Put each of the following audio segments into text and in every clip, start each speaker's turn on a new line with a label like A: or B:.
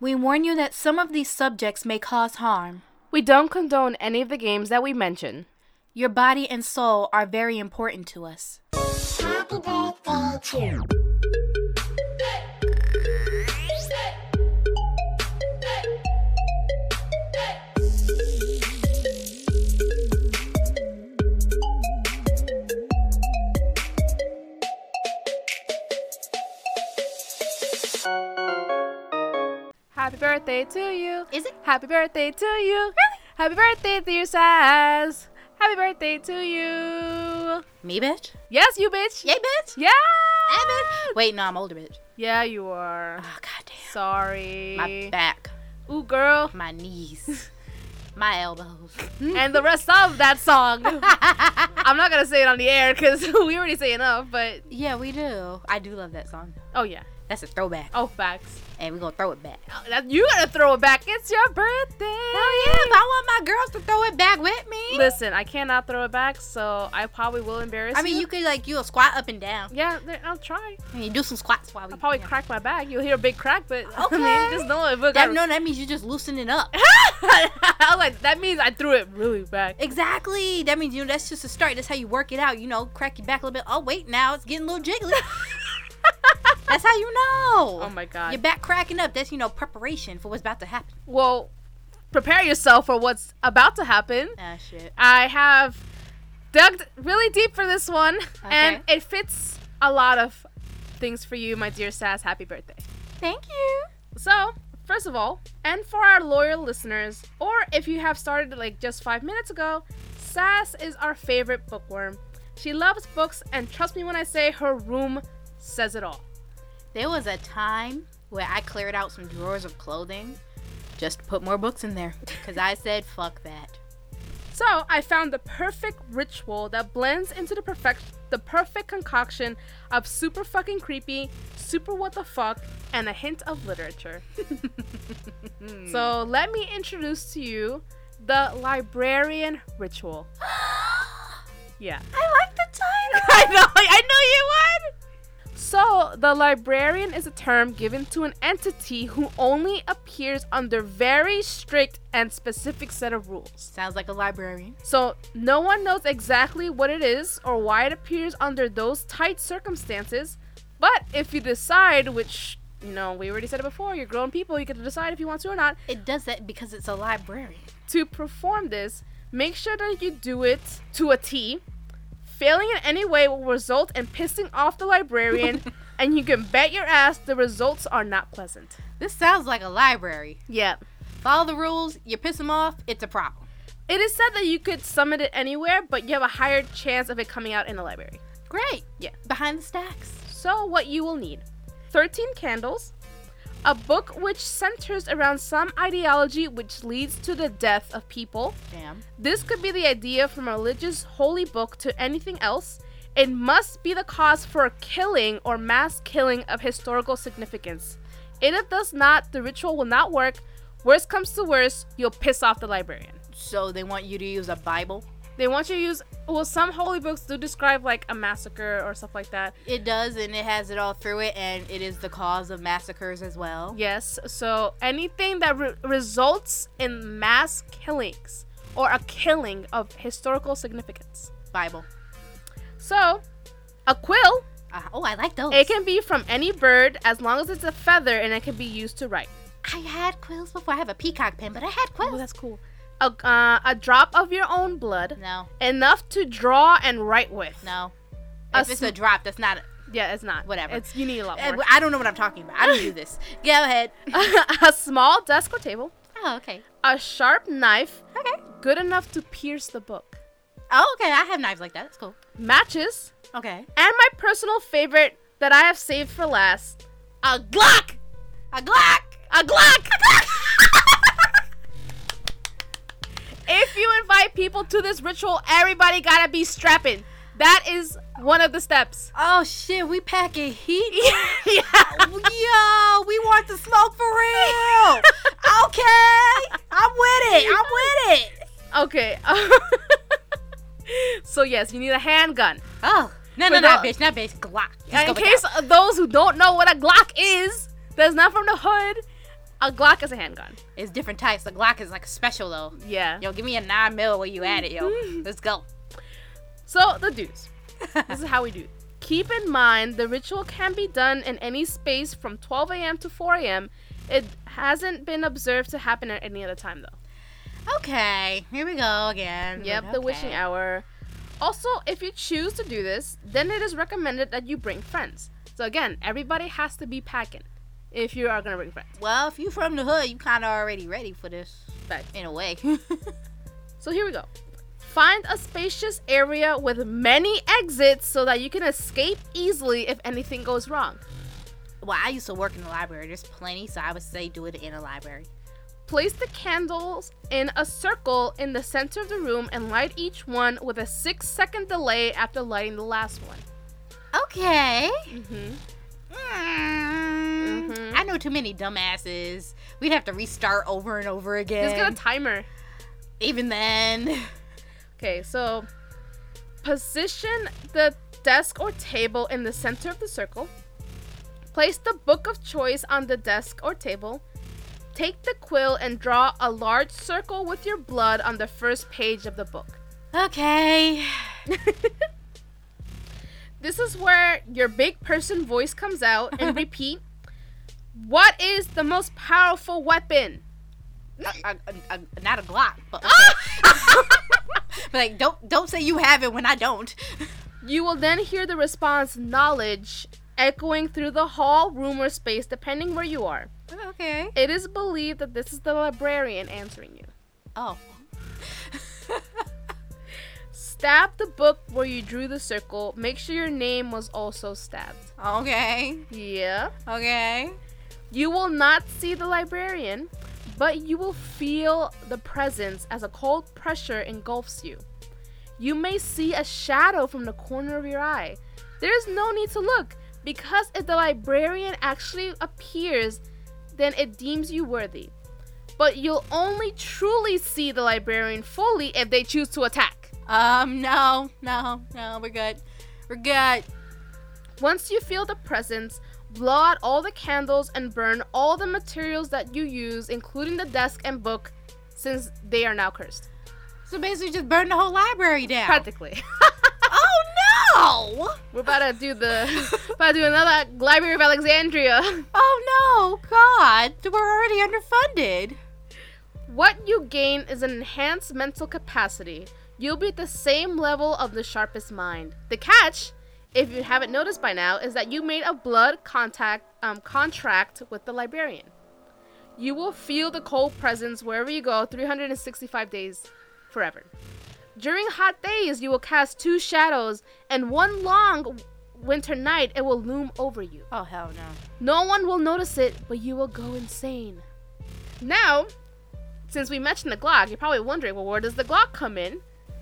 A: We warn you that some of these subjects may cause harm.
B: We don't condone any of the games that we mention.
A: Your body and soul are very important to us.
C: Happy birthday to
B: Happy birthday to you.
A: Is it?
B: Happy birthday to you. Happy birthday, dear Saz. Happy birthday to you.
A: Me, bitch?
B: Yes, you bitch.
A: Yay, bitch?
B: Yeah.
A: Wait, no, I'm older, bitch.
B: Yeah, you are.
A: Oh, goddamn.
B: Sorry.
A: My back,
B: Ooh, girl.
A: my knees, my elbows.
B: and the rest of that song. I'm not gonna say it on the air because we already say enough. But
A: yeah, we do. I do love that song.
B: oh yeah.
A: That's a throwback,
B: Oh, facts.
A: and we're gonna throw it back.
B: Oh, that- you gotta throw it back. It's your birthday.
A: Oh, yeah, but I want my girls to throw it back with me.
B: Listen, I cannot throw it back, so I probably will embarrass
A: I mean, you could, like, you'll squat up and down.
B: Yeah, there- I'll try.
A: And you do some squats while we.
B: I'll probably
A: yeah.
B: crack my back. You'll hear a big crack, but I
A: Okay.
B: mean, just know it. But
A: That, no, that means you're just loosening up.
B: I was like, that means I threw it really back.
A: Exactly. That means you know that's just a start. That's how you work it out. You know, crack your back a little bit. Oh wait, now it's getting a little jiggly. that's how you know.
B: Oh my god.
A: Your back cracking up. That's you know preparation for what's about to happen.
B: well, prepare yourself for what's about to happen.
A: Ah shit.
B: I have dug really deep for this one, and it fits a lot of things for you, my dear Sass. Happy birthday.
A: Thank you.
B: So, first of all, and for our loyal listeners, or if you have started like just five minutes ago, Sass is our favorite bookworm. She loves books, and trust me when I say her room says it all.
A: There was a time where I cleared out some drawers of clothing just to put more books in there because I said fuck that.
B: So I found the perfect ritual that blends into the perfect the perfect concoction of super fucking creepy, super what the fuck, and a hint of literature. so let me introduce to you the librarian ritual. yeah.
A: I like the title.
B: I know, I know you would. So, the librarian is a term given to an entity who only appears under very strict and specific set of rules.
A: Sounds like a librarian.
B: So, no one knows exactly what it is or why it appears under those tight circumstances, but if you decide, which, you know, we already said it before, you're grown people, you get to decide if you want to or not,
A: It does that because it's a librarian.
B: to perform this, make sure that you do it to a T. Failing in any way will result in pissing off the librarian, and you can bet your ass the results are not pleasant.
A: This sounds like a library.
B: Yeah.
A: Follow the rules. You piss them off. It's a problem.
B: It is said that you could summon it anywhere, but you have a higher chance of it coming out in a library.
A: Great.
B: Yeah.
A: Behind the stacks.
B: So, what you will need 13 candles, a book which centers around some ideology which leads to the death of people,
A: Damn.
B: This could be the idea from a religious holy book to anything else. It must be the cause for a killing or mass killing of historical significance. And if it does not, the ritual will not work. Worst comes to worst, you'll piss off the librarian.
A: So they want you to use a Bible.
B: They want you to use well, some holy books do describe like a massacre or stuff like that.
A: It does, and it has it all through it, and it is the cause of massacres as well.
B: Yes, so anything that re- results in mass killings or a killing of historical significance.
A: Bible.
B: So, a quill
A: Uh, oh, I like those.
B: It can be from any bird as long as it's a feather and it can be used to write.
A: I had quills before. I have a peacock pen, but I had quills.
B: Oh, that's cool. A, uh, a drop of your own blood,
A: no,
B: enough to draw and write with.
A: no.
B: A
A: if it's
B: sm-
A: a drop, that's not.
B: Yeah, it's not.
A: Whatever. Eh,
B: It's you need a lot
A: I
B: more.
A: I don't know what I'm talking about. I don't do this. Go ahead.
B: a small desk or table,
A: Oh, okay.
B: a sharp knife,
A: Okay.
B: good enough to pierce the book,
A: Oh, okay. I have knives like that. That's cool.
B: matches,
A: Okay.
B: and my personal favorite that I have saved for last, a Glock.
A: A Glock.
B: A Glock. if you invite people to this ritual, everybody gotta be strapping. That is one of the steps.
A: Oh shit, we packing heat.
B: yeah.
A: Yo, we want the smoke for real. okay, I'm with it. I'm with it.
B: Okay. so yes, you need a handgun.
A: Oh, no, no,
B: Wait,
A: not
B: no.
A: bitch, not bitch. Glock. Let's
B: And
A: go
B: in
A: with
B: case of those who don't know what a Glock is, that's not from the hood. A Glock is a handgun.
A: It's different types. The Glock is like a special though.
B: Yeah.
A: Yo, give me a nine mil where you at it, yo. Let's go.
B: So the dudes. this is how we do. it. Keep in mind the ritual can be done in any space from 12 a.m. to 4 a.m. It hasn't been observed to happen at any other time though.
A: Okay, here we go again.
B: Yep,
A: But
B: the wishing
A: Mm, okay.
B: hour. Also, if you choose to do this, then it is recommended that you bring friends. So again, everybody has to be packing if you are gonna bring friends.
A: Well, if you from the hood, you kind of already ready for this
B: But
A: in a way.
B: so here we go. Find a spacious area with many exits so that you can escape easily if anything goes wrong.
A: well, I used to work in the library. There's plenty, so I would say do it in a library.
B: Place the candles in a circle in the center of the room and light each one with a six second delay after lighting the last one.
A: Okay.
B: Mm-hmm.
A: Mm.
B: Mhm.
A: I know too many dumbasses. We'd have to restart over and over again.
B: Just get a timer.
A: Even then.
B: Okay, so position the desk or table in the center of the circle. Place the book of choice on the desk or table. Take the quill and draw a large circle with your blood on the first page of the book.
A: Okay.
B: This is where your big person voice comes out and repeat What is the most powerful weapon?
A: A- a- a- not a Glock, but okay. But, like don't don't say you have it when I don't.
B: You will then hear the response knowledge echoing through the hall, room, or space, depending where you are.
A: Okay.
B: It is believed that this is the librarian answering you.
A: Oh.
B: Stab the book where you drew the circle. Make sure your name was also stabbed.
A: Okay.
B: Yeah.
A: Okay.
B: You will not see the librarian, but you will feel the presence as a cold pressure engulfs you. You may see a shadow from the corner of your eye. There is no need to look because if the librarian actually appears, then it deems you worthy. But you'll only truly see the librarian fully if they choose to attack.
A: Um no, no, no, we're good. We're good.
B: Once you feel the presence, blow out all the candles and burn all the materials that you use, including the desk and book, since they are now cursed.
A: So basically just burn the whole library down.
B: Practically.
A: oh no!
B: We're about to do the about to do another Library of Alexandria.
A: Oh no, God, we're already underfunded.
B: What you gain is an enhanced mental capacity. You'll be at the same level of the sharpest mind. The catch, if you haven't noticed by now, is that you made a blood contact um, contract with the librarian. You will feel the cold presence wherever you go 365 days forever. During hot days, you will cast two shadows, and one long winter night, it will loom over you.
A: Oh hell no.
B: No one will notice it, but you will go insane. Now, since we mentioned the Glock, you're probably wondering, well, where does the Glock come in?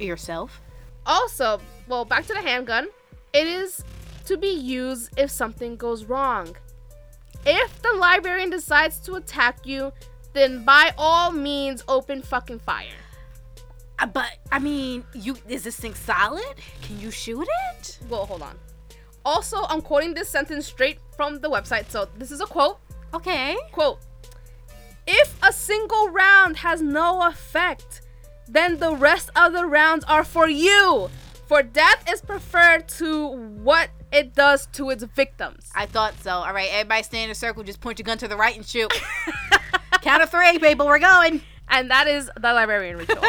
A: Yourself?
B: Also, well, back to the handgun. It is to be used if something goes wrong. If the librarian decides to attack you, then by all means, open fucking fire.
A: Uh, But I mean, you is this thing solid? Can you shoot it?
B: Well, hold on. Also, I'm quoting this sentence straight from the website, so this is a quote.
A: Okay.
B: quote if a single round has no effect then the rest of the rounds are for you for death is preferred to what it does to its victims
A: I thought so. All right, everybody stay in a circle. Just point your gun to the right and shoot. Count of three, people. We're going.
B: and that is the librarian ritual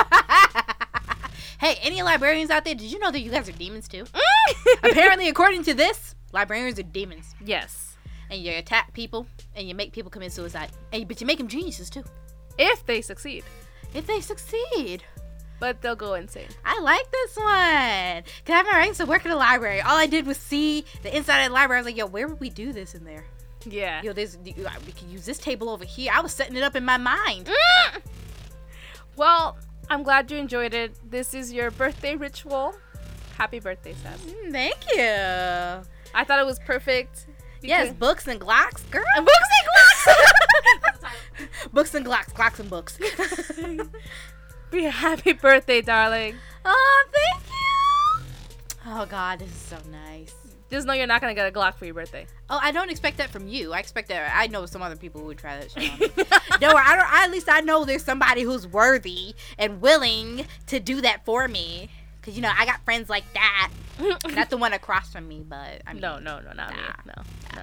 A: hey, any librarians out there? Did you know that you guys are demons too? Apparently, according to this, librarians are demons,
B: yes
A: and you attack people, and you make people commit suicide, and but you make them geniuses too
B: if they succeed
A: if they succeed.
B: but they'll go insane
A: I like this one. Cause I remember I used to work in a library. All I did was see the inside of the library. I was like, yo, where would we do this in there?
B: yeah
A: Yo, there's we could use this table over here. I was setting it up in my mind.
B: well i'm glad you enjoyed it this is your birthday ritual happy birthday Seth.
A: Mm, Thank you.
B: i thought it was perfect
A: Yes, books and glocks, girl.
B: because- books and glocks
A: books and glocks, glocks and books.
B: Be happy birthday, darling.
A: oh, thank you. Oh God, this is so nice.
B: Just know you're not gonna get a Glock for your birthday.
A: Oh, I don't expect that from you. I expect that. I know some other people who would try that shit on me. no, I don't. I, at least I know there's somebody who's worthy and willing to do that for me. Cause you know I got friends like that. Not the one across from me, but I mean,
B: no, no, no, not me.
A: Nah.
B: No, no,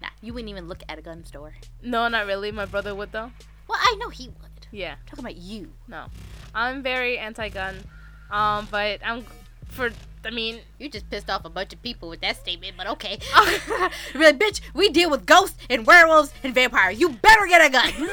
A: nah, you wouldn't even look at a gun store.
B: no, not really. My brother would though.
A: Well, I know he would.
B: Yeah,
A: I'm talking about you.
B: no, I'm very anti-gun, um, but I'm for. I mean,
A: You just pissed off a bunch of people with that statement, but okay. You're like, bitch, we deal with ghosts and werewolves and vampires. You better get a gun.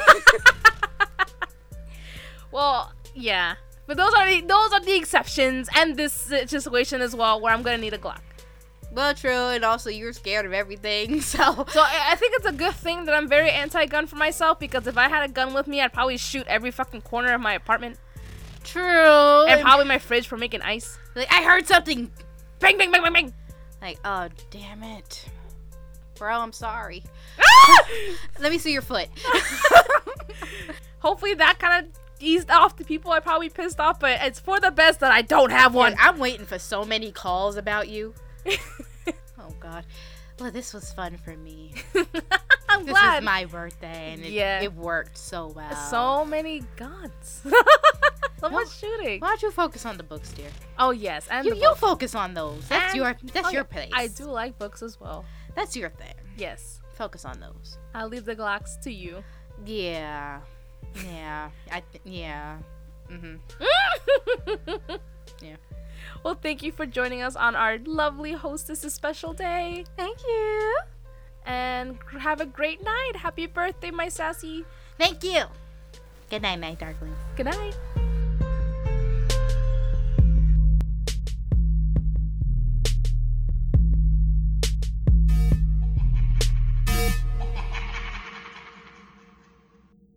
B: well, yeah, but those are the, those are the exceptions, and this uh, situation as well, where I'm gonna need a Glock.
A: well, true, and also you're scared of everything, so
B: So I, I think it's a good thing that I'm very anti-gun for myself because if I had a gun with me, I'd probably shoot every fucking corner of my apartment
A: true.
B: and probably my fridge for making ice.
A: like, I heard something.
B: Bang, bang, bang, bang, bang.
A: Like, oh damn it, bro, I'm sorry.
B: Ah!
A: Let me see your foot.
B: Hopefully that kind of eased off the people I probably pissed off, but it's for the best that I don't have one.
A: Dude, I'm waiting for so many calls about you. Oh God. Well, this was fun for me.
B: I'm
A: This
B: glad.
A: was my birthday, and it,
B: Yeah.
A: it worked so well.
B: so many guns. so much shooting.
A: why don't you focus on the books, dear?
B: Oh yes, and
A: You,
B: the
A: you
B: books.
A: focus on those. That's
B: And-
A: your that's
B: oh,
A: your
B: yeah,
A: place.
B: I do like books as well.
A: That's your thing.
B: Yes,
A: Focus on those.
B: I'll leave the Glocks to you.
A: Yeah, yeah, I th- yeah. Mm-hmm. Yeah.
B: Well, thank you for joining us on our lovely hostess's special day.
A: Thank you.
B: And g- have a great night. Happy birthday, my sassy.
A: Thank you. Good night, night, darkling.
B: Good night.